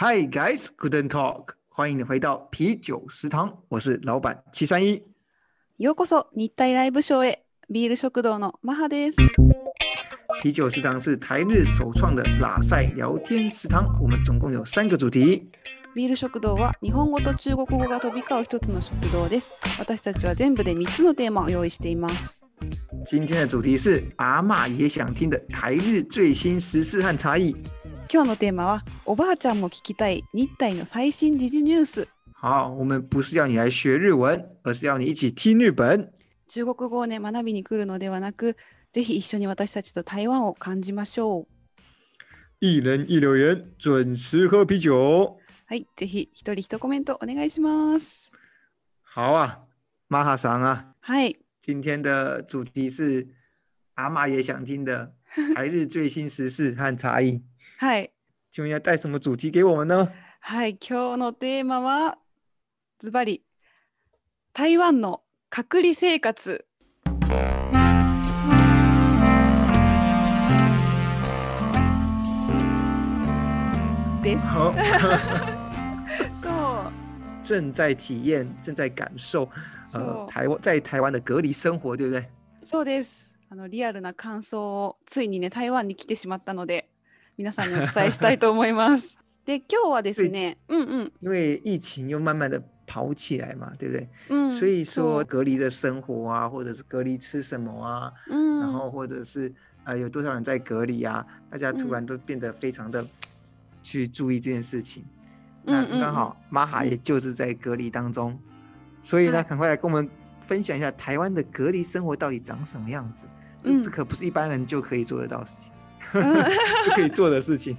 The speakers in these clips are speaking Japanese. Hi guys, good talk，欢迎你回到啤酒食堂，我是老板七三一。ようこそ日体ライブショーへビール食堂のマハです。啤酒食堂是台日首创的拉塞聊天食堂，我们总共有三个主题。ビール食堂は日本語と中国語が飛び交う一つの食堂です。私たちは全部で3つのテーマを用意しています。今天的主题是阿嬷也想听的台日最新时事和差异。今日のテーマはおばあちゃんも聞きたい日体の最新時事ニュース。好，我们不是要你来学日文，而是要你一起听日本。中国語をね学びに来るのではなく、ぜひ一緒に私たちと台湾を感じましょう。一人一留言，准时喝啤酒。はい、ぜひ一人一コメントお願いします。好啊，马哈桑啊，はい、今天的主题是阿嬷也想听的台日最新时事和差异。はい、请问要带什么主题给我们呢？はい、今日のテーマはズバリ台湾の隔離生活。好，です。そう、正在体验，正在感受，呃そ，台湾在台湾的隔离生活，对不对？う、そうです。あのリアルな感想をついにね台湾に来てしまったので、皆さんにお伝えしたいと思い ます。で、今日はですね、うんうん因为疫情又慢慢的跑起来嘛，对不对？うん、所以说そう、隔离的生活啊，或者是隔离吃什么啊，うん、然后或者是呃有多少人在隔离啊，大家突嗯然都变得非常的去注意这件事情。那嗯嗯刚好玛哈嗯也就是在隔离当中，所以呢，啊赶快来跟我们分享一下台湾的隔离生活到底长什么样子。这这嗯可不是一般人就可以做得到的事情，うん就可以做的事情。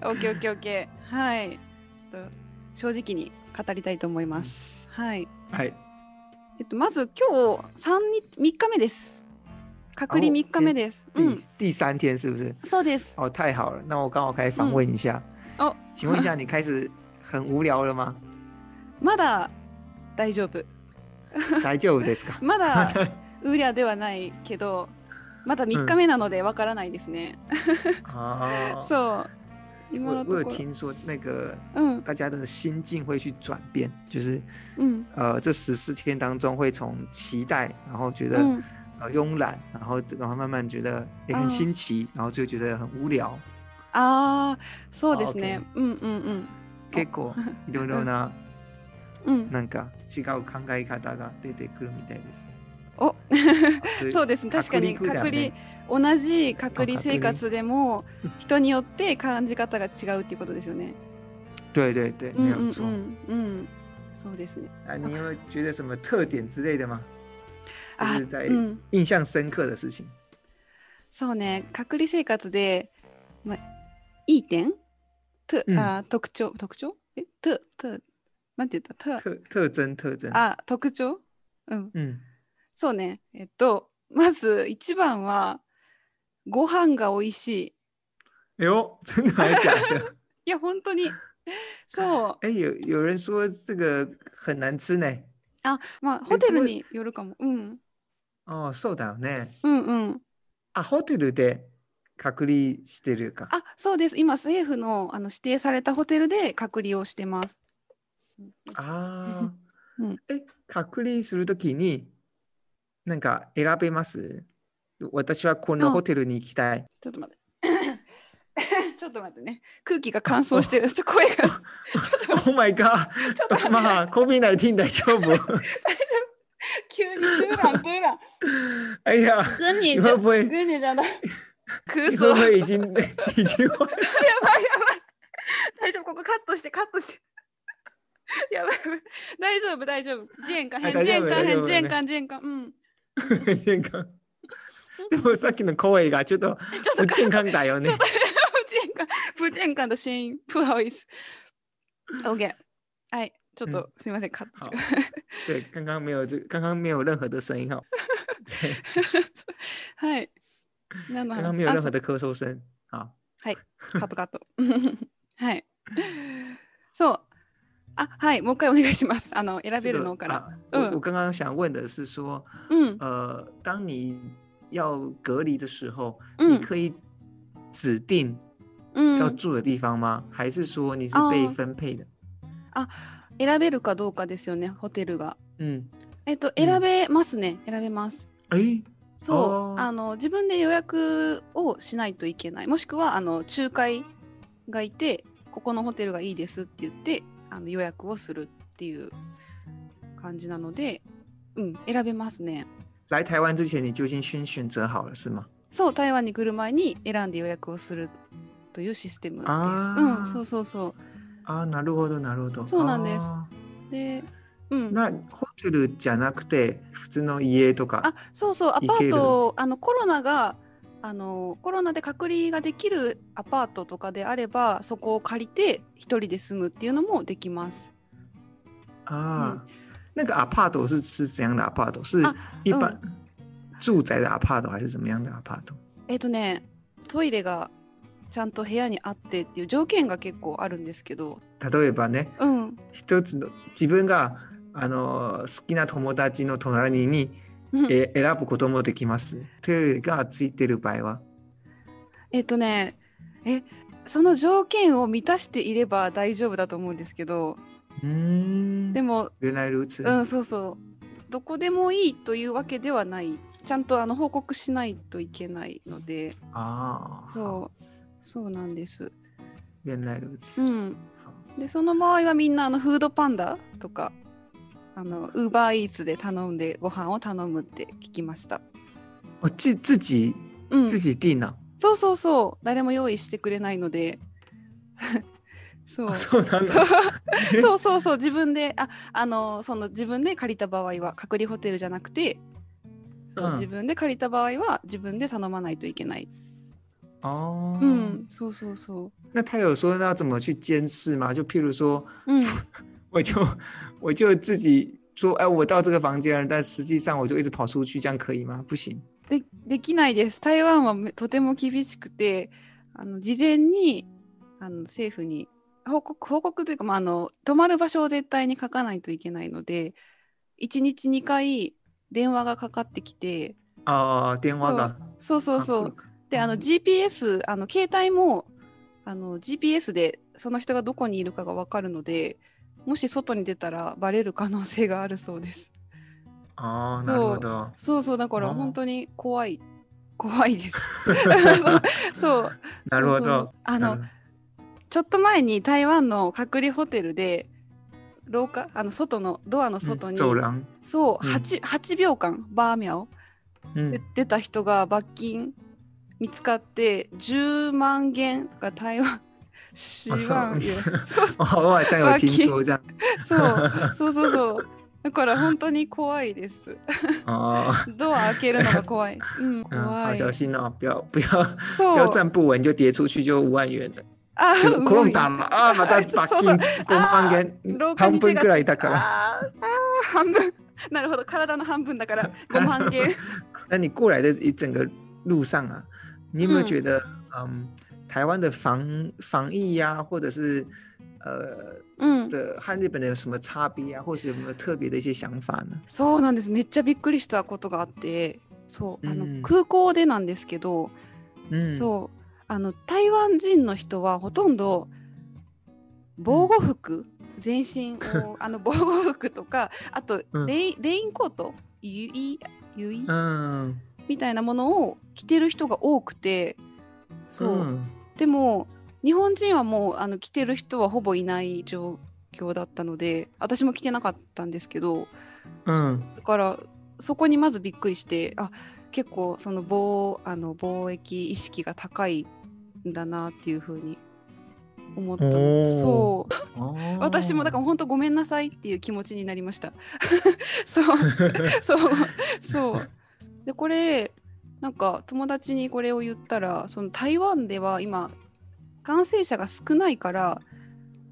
オッケーオッケーオッケー。はい。と正直に語りたいと思います。はい。哎，えっとまず今日三日三日目です。隔離あお三日目です。う第、ん。第三天是不是？そうです。哦，太好了，那我刚好可以访嗯问一下。哦请问一下， 你开始很无聊了吗？まだ大丈夫。大丈夫です か？まだウリアではないけど、まだ三日目なのでわからないですね。哦，そう。今我のと我有ころ。听说那个うん大家的心境会去转变，就是うん呃，这十四天当中会从期待，然后觉得、うん。呃慵懒，然后然后慢慢觉得也很嗯哦新奇，然后就觉得很无聊。ああ、そうですね。うんうんうん結構いろいろなうん。なんか違う考え方が出てくるみたいです。お。隔そうですね確かに隔離空間隔離ね同じ隔離あ隔離生活でも人によって感じ方が違うっていうことです よね。对对对，うん没うん有う错。んうんそうですね。啊，你有觉得什么特点之类的吗？就あ是在うん印象深刻的事情。そうね隔離生活で、ま、いい点と、うんあ特徴特徴えととなんて言ったと特 特征特征。あ特徴うん嗯，そうねえっとまず一番はご飯が美味しい。哎呦，真的还假的？ いや本当にそう哎，有有人说这个很难吃呢。あまあホテルによるかも。うん哦，そうだよね。うんうん。あ、ホテルで隔離してるか。あ、そうです。今政府のあの指定されたホテルで隔離をしてます。ああ、うんえ、隔離するときに、なんか選べます私はこのうんホテルに行きたい。ちょっと待って。 ちょっと待ってね。空気が乾燥して る。ちょっと声が。ちょっと待 oh my god! って。ちょっと待って。まあ、COVID-19 大丈夫急にプーランプーラン。哎呀、グニ你ーじ会ゃ不会グニーじゃない。空你会想。 不やばい会已经已经坏やばい。大丈夫。ここカットしてカットして。 やばいやばい。大丈夫大丈夫。全巻あ変大丈全夫巻大丈夫変だよね全巻全巻。うん。健康でもさっきの声がちょっとちょっと不健康だよね。不健康、不健康的声音，不好意思。OK，哎，ちょっと、すみません、カット好中。对，刚刚没有这，刚刚没有任何的声音哈。对， はい。何の刚話刚没有あ任何そう的咳嗽声。好，カットカット。 はい。そう。あ、はい、もう一回お願いします。あの、選べるのから。啊嗯我我刚刚想问的是说，うん。呃，当你要隔离的时候，你嗯可以指定要うん、住的地方吗？还是说你是哦被分配的？選べるかどうかですよね、ホテルが。嗯，えっと、うん選べますね、選べます。哎，あそうーあの自分で予約をしないといけないもしくはあの仲介がいてここのホテルがいいですって言ってあの予約をするっていう感じなので、うん、選べますね来台湾之前你就已经先选择好了是吗？そう台湾に来る前に選んで予約をするというシステムです。あーうん、そうそうそあ、啊なるほど、なるほど。そうなんですあう。で、うんー。なホテルじゃなくて普通の家とかあ、そうそう、アパ行けーるト、あのコロナが、あのコロナで隔離ができるアパートとかであれば、そこを借りて一人で住むっていうのもできます。啊，那个 apart 是是怎样的 apart？是啊一般住宅的 apart 还是怎么样的 apart？えっ、とね、トイレがちゃんと部屋にあってっていう条件が結構あるんですけど、例えばね、うん、一つの自分があの好きな友達の隣にうんえ選ぶこともできます。トイレがついてる場合は。えっ、とね、え、その条件を満たしていれば大丈夫だと思うんですけど、うーん。でも原来如此。うん、そうそう。どこでもいいというわけではない。ちゃんとあの報告しないといけないので、ああ。そう、そうなんです。原来如う此。ん。で、その場合はみんなあのフードパンダとか、あのウーバーイーツで頼んでご飯を頼むって聞きました。我自自己うん。自己定了。そうそうそう。誰も用意してくれないので、 そう。そそうな んだ。うそうそうそう自分でああのその自分で借りた場合は隔離ホテルじゃなくてそう、うん自分で借りた場合は自分で頼まないといけない。哦。うん、そうそうそ那他有说那要怎么去监视吗？就譬如说，う。うん、我就 我就自己说，哎，我到这个房间了，但实际上我就一直跑出去，这样可以吗？不行。でできないです。台湾はめとても厳しくて、あの事前にあの政府に報告報告というか、まあ、あの泊まる場所を絶対に書かないといけないので、1日2回電話がかかってきて、哦，电话的。そうそうそうあ。。であの GPS あの携帯もあの GPS でその人がどこにいるかが分かるのでもし外に出たらバレる可能性があるそうです哦，なるほ ど。そうそうだからあー本当に怖い怖いです そうなるほそうそうど。あなるのちょっと前に台湾の隔離ホテルで廊下あの外のドアのほど外うんに、嗯走廊。そううん 8, 8秒間バーミャを嗯で出た人が罰金見つかって10万元が台湾10あそう万元哦我好像有听说这样。そう そうそうそうだから本当に怖いです哦，ドア開けるのが怖い、うん、嗯，怖好い小心哦，不要不要不そ要う站不稳就跌出去，就五万元的。あコロコロうまいンタンあま た罰そ金う5万元廊下半に手分がくらいだから。あーあー半分なるほど体の半分だから5万元那你过来的一整个路上啊，你有没有嗯觉得，嗯，台湾的防防疫呀、或者是呃 うん的和日本的有什么差别啊，或是有没有特别的一些想法呢？そうなんですめっちゃびっくりしたことがあってそうあの、うん空港でなんですけど、嗯，そうあの台湾人の人はほとんど防護服、全身 をあの防護服とかあとうんレイ,、レインコートゆいゆい嗯，みたいなものを着てる人が多くてそう、嗯，でも日本人はもうあの着てる人はほぼいない状況だったので私も着てなかったんですけど嗯，だからそこにまずびっくりしてあ結構その貿あの貿易意識が高いんだなっていうふうに思ったおのーそう哦，私もだから本当ごめんなさいっていう気持ちになりました そう 嗯 そうそうでこれなんか友達にこれを言ったらその台湾では今感染者が少ないから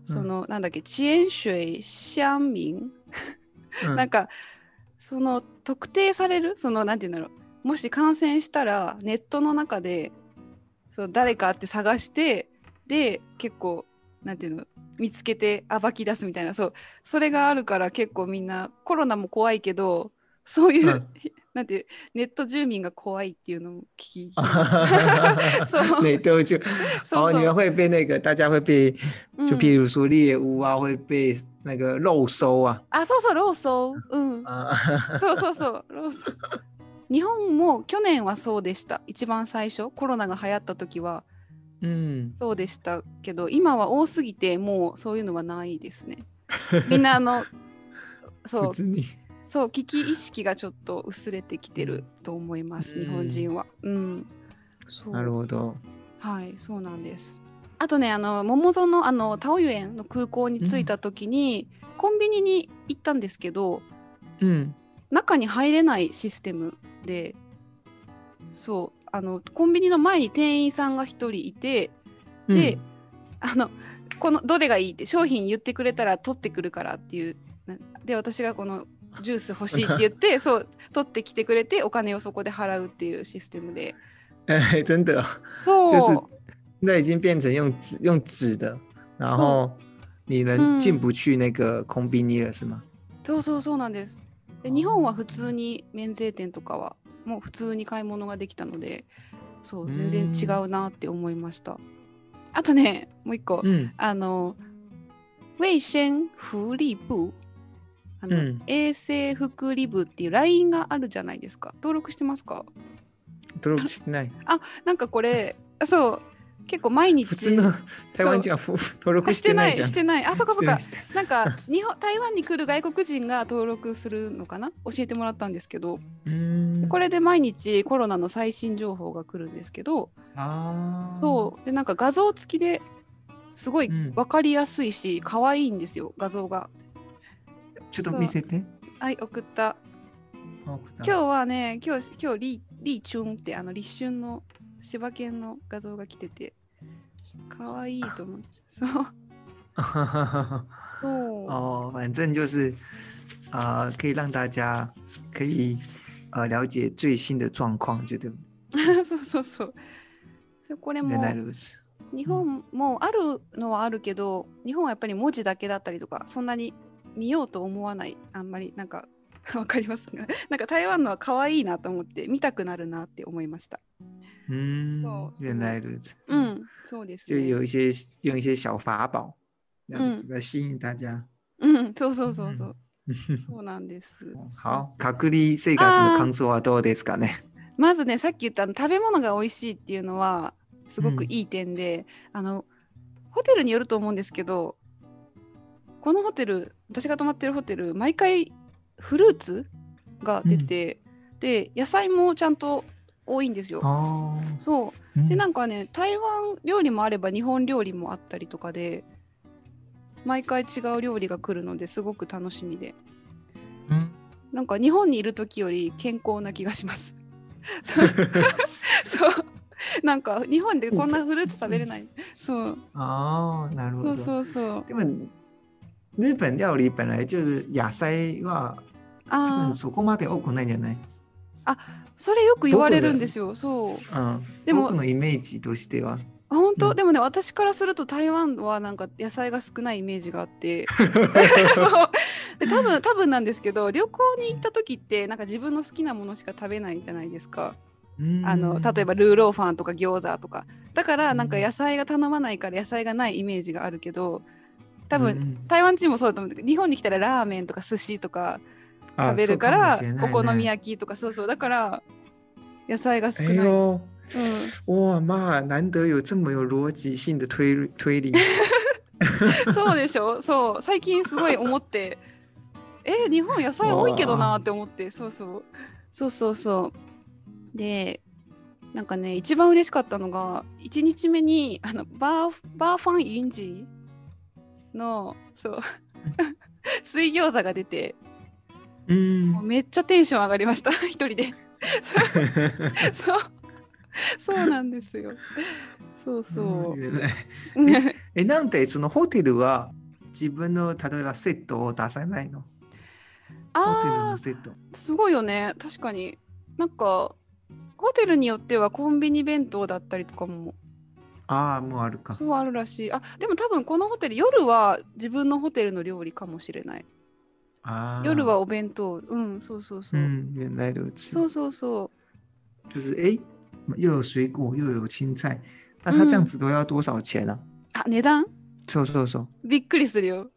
その、なんだっけ遅延水乡民嗯なんかその特定されるそのなんて言うんだろうもし感染したらネットの中でそう誰かって探してで結構なんていうの見つけて暴き出す みたいなそうそれがあるから結構みんなコロナも怖いけどそういう、うんなんてネット住民が怖いっていうのも聞きそう 内斗就，然そ后う你们そう会被那个，大家会被，うん就譬如说猎巫啊，会被那个肉收啊，あそうそうローソーうん啊，そうそうそうローソー日本も去年はそうでした一番最初コロナが流行った時は 嗯，そうでしたけど今は多すぎてもうそういうのはないですねみんな あのそう不知你，そう危機意識がちょっと薄れてきてると思います、うん日本人は。うん、そなるうほど。はいそうなんです。あとねあの桃園のあのタオユ園の空港に着いた時に、コンビニに行ったんですけど嗯，中に入れないシステムでそうあのコンビニの前に店員さんが1人いてで嗯，あのこのどれがいいって商品言ってくれたら取ってくるからっていうなで私がこのジュース欲しいって言ってそう取ってきてくれてお金をそこで払うっていうシステムで哎， 真的，そう、就是那已经变成用纸用纸的，然后你能嗯进不去那个空逼尼了，是吗？そうそうそうなんですで日本は普通に免税店とかはもう普通に買い物ができたのでそう全然違うなって思いましたあとねもう一個嗯あの衛生福利部あの、嗯，衛生福利部っていう LINE があるじゃないですか。登録してますか登録しない。なんかこれ、そう、結構毎日。普通の台湾人は登録あししててなないい、じゃん。してない。あ、そっかそっか。してないなんか日本、台湾に来る外国人が登録するのかな教えてもらったんですけど、うん。これで毎日コロナの最新情報が来るんですけど、あーそう、で、なんか画像付きですごいうん分かりやすいし、可愛いんですよ、画像が。ちょっと見せて。はい、送った。今今日はね、今日、今日リー、リーチュンって、あの、立春の柴犬の画像が来てて、可愛いと思って。そう。そう。哦，反正就是啊、呃可以让大家可以呃了解最新的状况，就对了。そう そうそう。そうこれも原来如此。日本もあるのはあるけど日本はやっぱり文字だけだったりとかそんなに見ようと思わないあんまりなんか わかりますか なんか台湾のは可愛いなと思って見たくなるなって思いました嗯そう，すごい原来如此。う，んそうです就ね有一些用一些小法宝，这样子来吸引大家。うんそうそうそうそう嗯そうなんです好，隔離生活の感想はどうですかね。まずねさっき言ったあの食べ物が美味しいっていうのはすごくいい点で、あのホテルによると思うんですけどこのホテル私が泊まってるホテル毎回フルーツが出て、で野菜もちゃんと多いんですよ。哦，そうでなんかね台湾料理もあれば日本料理もあったりとかで毎回違う料理が来るのですごく楽しみで嗯，なんか日本にいる時より健康な気が します。そうそうなんか日本でこんなフルーツ食べれない。そう哦，なるそほうど。そうそう。でも日本料理本来就是野菜は多あ分あそこまで多くないんじゃない？それよく言われるんですよ。そう。うん。でも僕のイメージとしては。あ本当、うんでもね私からすると台湾はなんか野菜が少ないイメージがあって そうで多分多分なんですけど旅行に行った時ってなんか自分の好きなものしか食べないじゃないですかあの例えばルーローファンとか餃子とかだからなんか野菜が頼まないから野菜がないイメージがあるけど多分、分台湾人もそうだと思うんだけど日本に来たらラーメンとか寿司とか食べるからお好み焼きとかそうそうだから野菜が少哎ない、呦，哇妈，难得有这么有逻辑性的推推理。 そうでしょそう最近すごい思ってえ日本野菜多いけどなって思ってそうそうそうそうそうでなんかね一番嬉しかったのが1日目にあのバーバーファンインジーのそう 水餃子が出て嗯 もう，めっちゃテンション上がりました 一人で。そう。そうなんですよ。そう そ原来う。ねえなんでそのホテルは自分の例えばセットを出さないの？ホテル あのセット。あ、すごいよね。確かに。なんか、ホテルによってはコンビニ弁当だったりとかも、ああもうあるか。そうあるらしい。あ、でも多分このホテル、夜は自分のホテルの料理かもしれない。あー夜はお弁当うんそうそうそうう、ん，原来如此。そうそうそう就是哎、诶又有水果又有青菜，那它这样嗯子都要多少钱啊？あ値段そうそうそう。びっくりす るよ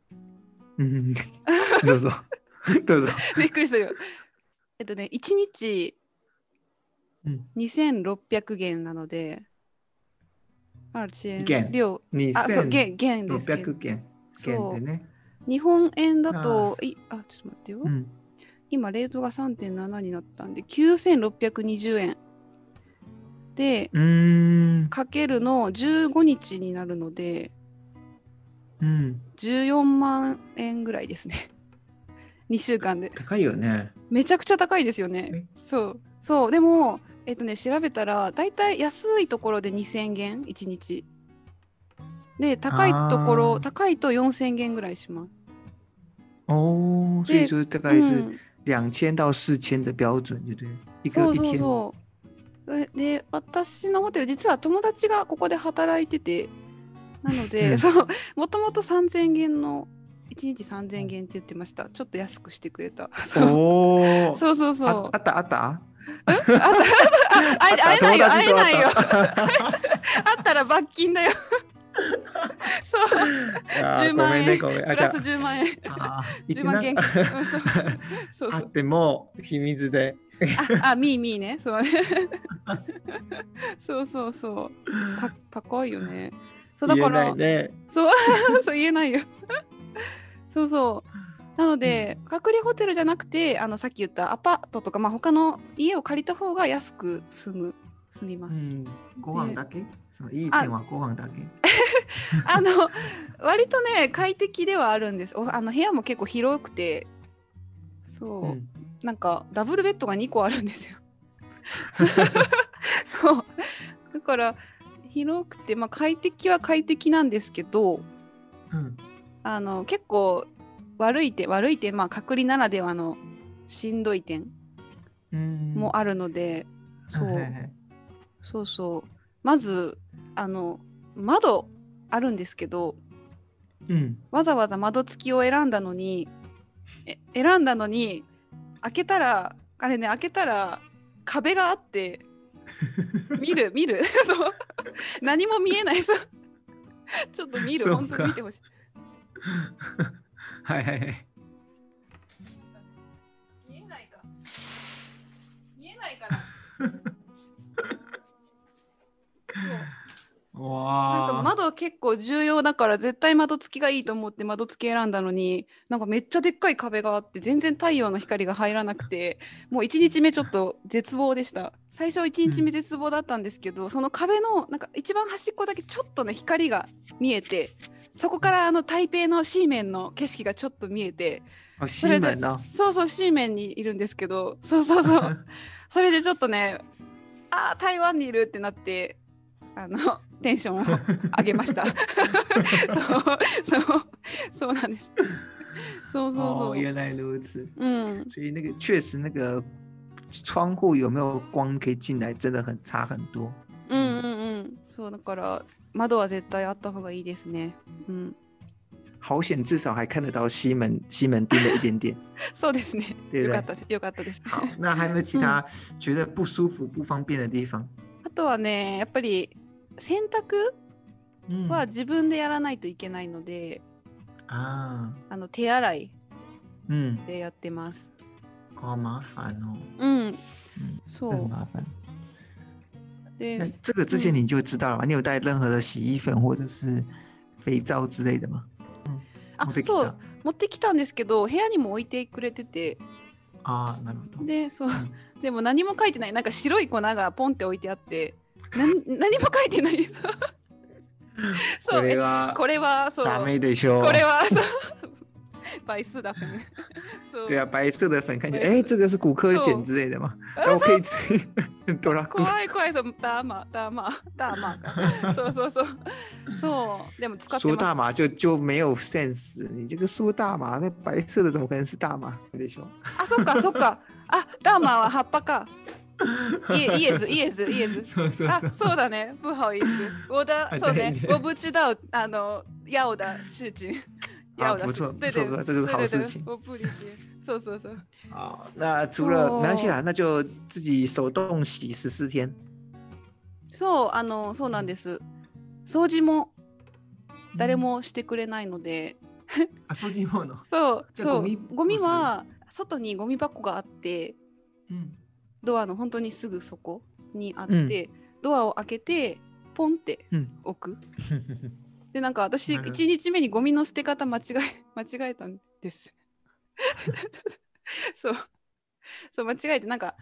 うん、どうぞ。どうぞ。びっくりするよえっとね1日うん2600元なので、二千元六二あそう千元元で六すけど百元そ元うでね。日本円だとあいあちょっと待ってよ、うん。今レートが3.7になったんで9620円でうーん。かけるの15日になるのでうん。 14万円ぐらいですね 2週間で高いよね。めちゃくちゃ高いですよねねそうそうでもえっとね調べたらだいたい安いところで2000元1日で高いとこあろー高いと4000元ぐらいします哦，所以对嗯说大概う是ん两千到四千的标准，对不对？一そ个う一そう天。そう。えで私のホテル実は友達がここで働いててなのうで、んそうもともと3,000元の1日3,000元って言ってましたちょっと安くしてくれたそう哦， そうそうそうああったあった。会えあ会えないよ会えないよ友達 とあったあったら罰 金だよそうあー10ご万めん円ね、ごめん。プあ、じゃラス10万円あ、あー10万元言ってな そうあそっうても秘密で。ああみーみー ねそうねそうそうそう た高いよねそうだ言かえらないね。そう そう言えないよ。 そうそう。なので、隔離ホテルじゃなくて、あのさっき言ったアパートとか、まあ、他の家を借りた方が安く住む住みうます。ん、ご飯だけそのいい点はご飯だけ。あの割とね快適ではあるんです。おあの部屋も結構広くて、そう、うんなんかダブルベッドが2個あるんで すよ。そうだから広くて、まあ、快適は快適なんですけど、うん。あの結構悪い点悪い点まあ隔離ならではのしんどい点うんもあるので、そはいうはいはいそうそうまずあの窓あるんですけどうん。わざわざ窓付きを選んだのにえ選んだのに開けたらあれね開けたら壁があ って見る見る そう何も見えない そうちょっと見そうるか本当に見てほしい。はいはいはい。見えないか。見えないかな。そうなんかわあ。窓結構重要だから絶対窓付きがいいと思って窓付き選んだのになんかめっちゃでっかい壁があって全然太陽の光が入らなくてもう1日目ちょっと絶望でした最初1日目絶望だったんですけど、その壁のなんか一番端っこだけちょっとね光が見えてそこからあの台北のシーメンの景色がちょっと見えてあ、シーマンだ。そうそう、シーメンにいるんですけど、そうそうそう。それでちょっとね、ああ、台湾にいるってなって、あの、テンションを上げま した。そう、そう、そうなんです。そうそう哦，そう。原来如此。うん、所以那个确实那个窗户有没有光可以进来，真的很差很多。うんうんうんそうだから窓は絶対あった方がいいですねうん好险，至少还看得到西门西门町的一点点。そうですね对よ不か对っ？たですよかったです好，那还有没有其他觉得不舒服、不方便的地方？あとはねやっぱり洗濯嗯は自分でやらないといけないので、啊，あの手洗い嗯，でやってます。好麻烦哦，うん嗯，そ很う。麻烦。那で、这个之前你就知道了吧？你有带任何的洗衣粉或者是肥皂之类的吗？あ持って、きそたう、持ってきたんですけど、部屋にも置いてくれてて、啊，なるほど。で、そううん、でも何も書いてない、なんか白い粉がポンって置いてあって、なん何も書いてない。 そうそこう、れえはこれは、そう、ダこメでしょう。れは、そう、 倍数だ、 そう对啊，白色的粉看起来，白哎、色这个是骨科碱哦之类的嘛？然后我可以吃多拉古。怖い怖い、そう、ダーマ、ダーマ、ダーマ が。そうそうそう。そう、でも使って说ます大。麻就就没有 sense，你这个说大麻，那白色的怎么可能是大麻？得说，あ、そっかそっか。あ、ダーマは葉っぱか。イエイエズ、イエズ、イ エズ。そうそうあそう。そうだね。不好意思。我的、あそうね大。丈夫我不知道、あの、要的事情。啊，要的不是错不对错对不错，这个是对好对事对情我不理解，そうそうそう。啊。那除哦了南西兰，那就自己手动洗十四天。そう、あの、そうなんです。掃除も誰もしてくれないので、あ、掃除用の。そう、じゃあそうゴミゴミは外にゴミ箱があって、うん。ドアの本当にすぐそこにあって、ドアを開けてポンってうん。置く。嗯でなんか私なるほど1日目にゴミの捨て方間違え 間違えたんです。 そうそう間違えてなんか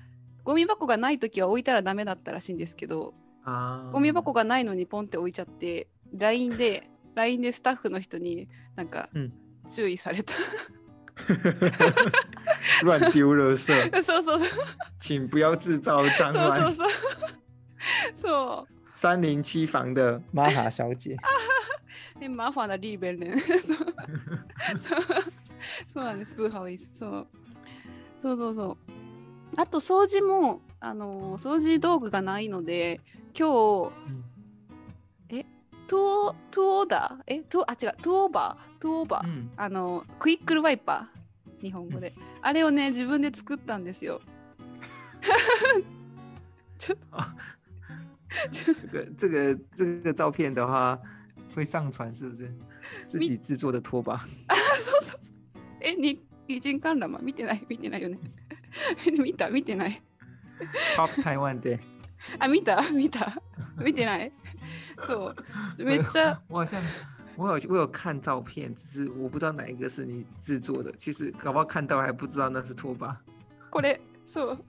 ゴミ箱がない時は置いたらダメだったらしいんですけどあーゴミ箱がないのにポンって置いちゃって LINE で LINE でスタッフの人になんかうん注意された。 乱丢垃圾，そうそうそう请不要制造脏 そうそう乱。そう。そう三零七房的玛哈小姐，え、麻烦なリーベルね。そうそうそうなんです。ブーハウイス。そう。そうそうそう。あと掃除も、あのー掃除道具がないので、今日、トー、トーダー、え、トー、あ、違う、トーバー、トーバー、嗯，あのークイックルワイパー、日本語で。あれをね、自分で作ったんですよ。这个这个这个照片的话会上传是不是？自己制作的拖把，え、に、偉人観覧は見てない、見てないよね。 見た、見てない。 Pop Taiwan 的，あ、見た 見た見てないそう。めっちゃ、 我好像我有我有看照片，只是我不知道哪一个是你制作的。其实搞不好看到还不知道那是拖把，これ、そう。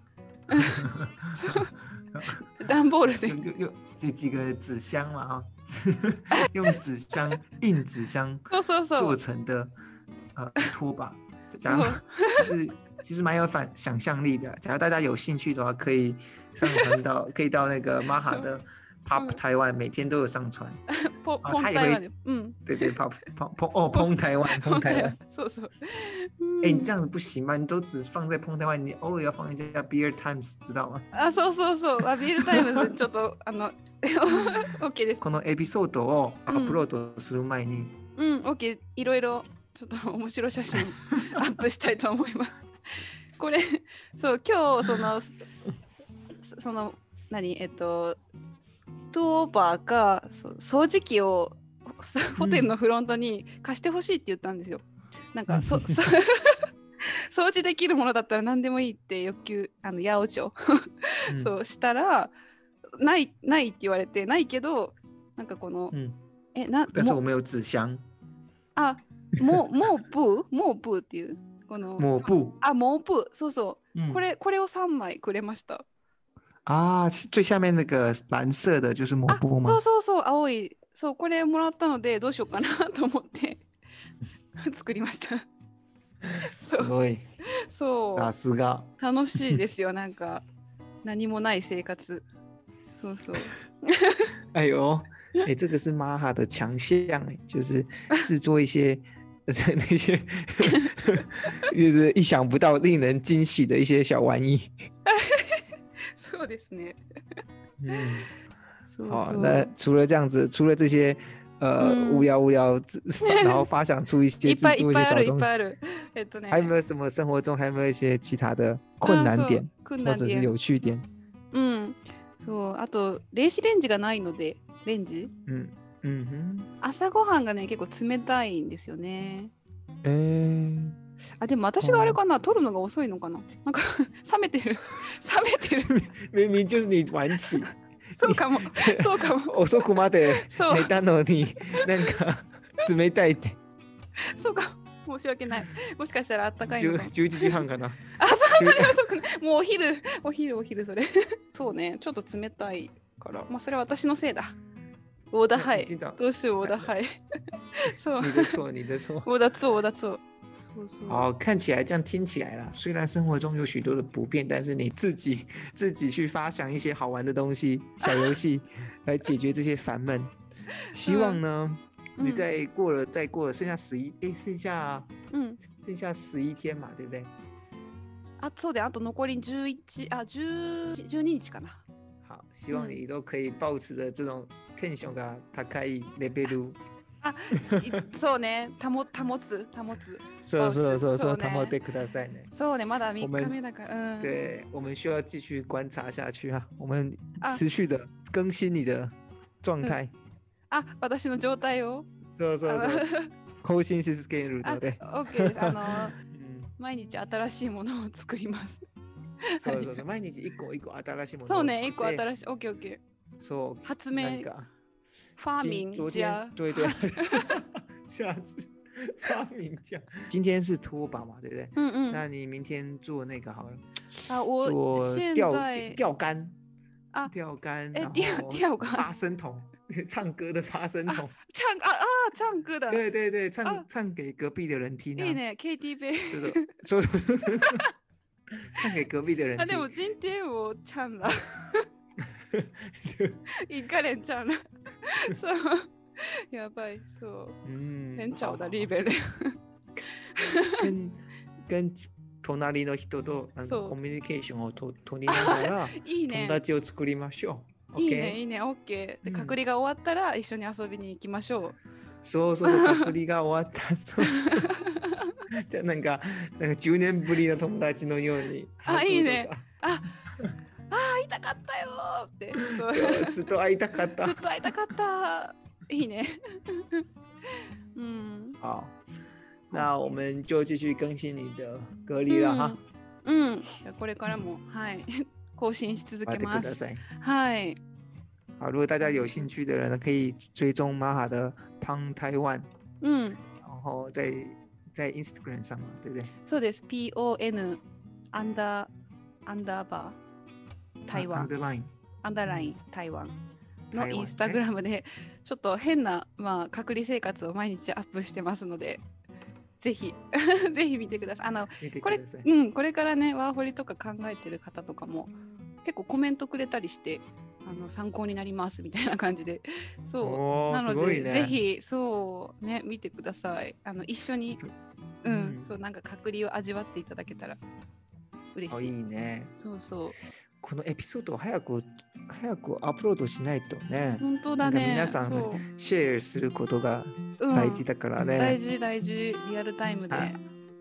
段ボールで就。就就这几个纸箱嘛啊， 用纸箱硬纸箱そうそうそ做う。成的呃拖把，そ讲う其实其实蛮有反想象力的。假如大家有兴趣的话，可以上传到可以到那个 Maha 的 Pop 嗯台湾，每天都有上传。ポあポンタイ台は湾で。うん。对对，Pop 砰砰哦，砰台湾，砰台湾。。そうそう。哎、你这ゃ样子不行吗？你都只放在砰台湾，你偶尔要放一下 Beer Times，知道吗？あ、そうそうそう。アビールタイムズ、ちょっと、あの、オッケーです。このエピソードをアうんップロードする前に、うん、オッケー。いろいろ、ちょっと面白い写 真アップしたいと思います。これ、そう、今日、そ の、そその、何、えっと、トーバーがそう掃除機をそホテルのフロントに貸してほしいって言ったんですよ。なんか、そ、そ 掃除できるものだったら何でもいいって欲求、あの、八百長。嗯 そうしたら、ない、ないって言われて、ないけど、なんかこの、嗯，え、な、但是も我们有纸箱、あ、もう、もうブー、もうブーっていう、この、抹布，あ、もうブー、そうそ嗯う、これ、これを三枚くれました。啊，最下面那个蓝色的就是抹あ、布吗そう？そうそう、青い、そう、これもらったので、どうしようかなと思って。 作りました。そすう、ごいそさう、すが。楽しいですよ、なんか、何もない生活。そうそう。 哎呦，哎、这个是玛哈的强项哎，就是制作一些呃 那些就是意想不到、令人惊喜的一些小玩意。そうですね。嗯，そう好，そう。那除了这样子，除了这些呃、无嗯聊无聊自，然后发想 出一些い制っぱいい作一些小っぱいある、いっ东西ぱい，ある。えっとね、还有没有什么生活中还有没有一些其他的困あ难そう点，困或難者是点。有趣点？うん。そう、あと、電子レンジがないので、レンジ嗯嗯哼。朝ごはんがね、結構冷たいんですよね。哎、あ、でも私があれかな、取るのが遅いのかな。なんか、 冷めてる。冷めて 明る。明就是你晚起， そうか も。そうかも。我说苦妈的，そう谁当の你那个冷たいって。そうかも。申し訳ない。もしかしたらあったかいの十かも。十一時半かな。あ、 そう十遅くないもうお昼、お昼、お昼、それ。 そうね、ちょっと冷たいから。まあ、それは私のせいだ。オーダーハイ。今早どうしよう、オーダーハイ。 そう。你的错，你的错。オーダーツー、オーダーツー。そうそう。好，看起来这样听起来啦，虽然生活中有许多的不便，但是你自己 自己去发想一些好玩的东西、小游戏来解决这些烦闷。希望呢，你嗯在过了再过了剩下十一，哎，剩下うん。剩下十一天嘛，对不对？あそうだよあと残り11あ10 12日かな好，希望嗯你都可以保持着这种 tension 啊，他可以 level。いそうね、保保つ、保つ。そうそうそうそそうう，ね保ってくださいね。そうね、まだ3我日们目だから。うん、对，我们需要继续观察下去啊，我们啊持续的更新你的状态。あ、私の状態を。そうそうそう。更新し続けるあ、ので。 OK です。あの、 うん毎日新しいものを作ります。そうそうそう。毎日一個一個新しいものをそうね、作っ一個て新しい。OK、OK。そう。発なん明、フかァーミ今昨ン、じゃ天对对，下次发明家。今天是拖把嘛，对不对？うんうん。那你明天做那个好了，あ、我做现钓在钓竿啊钓竿，哎然钓后钓竿 发声筒，唱歌的发声筒，チャンああーチャンクだ。い对对对，啊唱唱给隔壁的人听い啊，ね、KTV。 就是说唱给隔壁的人あ、でも听，人天をチャンだ。イカレンチャンだ。そう。やばい、そう。 嗯，レンチャオだ、好リーベル。跟跟隣の人となんかそうコミュニケーションをと取りながらいい友 ね。達を作りましょう。いい OK？ね、いいね、オッケー。うで、ん隔離が終わったら一緒に遊びに行きましょう。そうそう、隔離が終わった。 そう そうじゃあなんか、なんか10年ぶりの友達のように。あいいねハあ、あー、会いたかったよーって。そうグとか。そうずっと会いたかった ずっ。と会いたかった。いいね。 うん。好，那我们就继续更新你的隔离了哈。うん。じゃあこれからも、はい。 更新し続待けってくまだす。さい。はい。好，如果大家有兴趣的人呢，可以追踪玛哈的 Pang Taiwan，うん。然后在在 Instagram 上嘛，对不对？そうです。PON アンダーアンダーバー台湾 Underline。アンダーライン台湾の台湾インスタグラムでちょっと変な、まあ、隔離生活を毎日アップしてますのでぜひ ぜひ見てください。あの見てこくれださい。うん、これからねワーホリとか考えてる方とかも結構コメントくれたりしてあの参考になりますみたいな感じでそうおなーすのごいで、ね。ぜひそうね見てくださいあの一緒にうん、うんそうなんか隔離を味わっていただけたら嬉あしいいいね。そうそうこのエピソードを早く早くアップロードしないとね、本当だねなんか皆さんそう、シェアすることがうん大事だからね。大事大事リアルタイムで、はい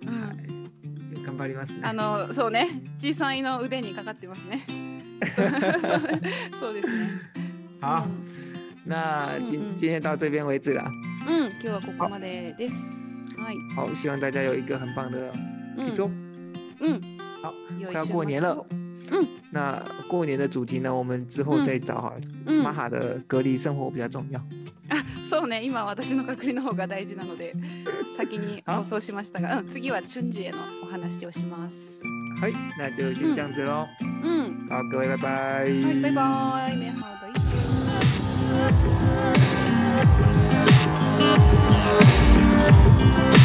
うんはい頑張りますね。あのそうね小さいの腕にかかってます ねそうですね好う，ん那今嗯嗯今天到这边为止了。うん、今日はここまでです。はい。好，希望大家有一个很棒的うん一周。うん。好良い週末を，快要过年了。那过年的主题呢，我们之后再找哈。うん玛。哈的隔离生活比较重要。そうね、今私の隔離の方が大事なので、先にあ放送しましたが、うん、次は春次へのお話をします。嘿，那就先这样子喽。うん。好，各位拜拜。はい、バイバイ。美好的一周。 「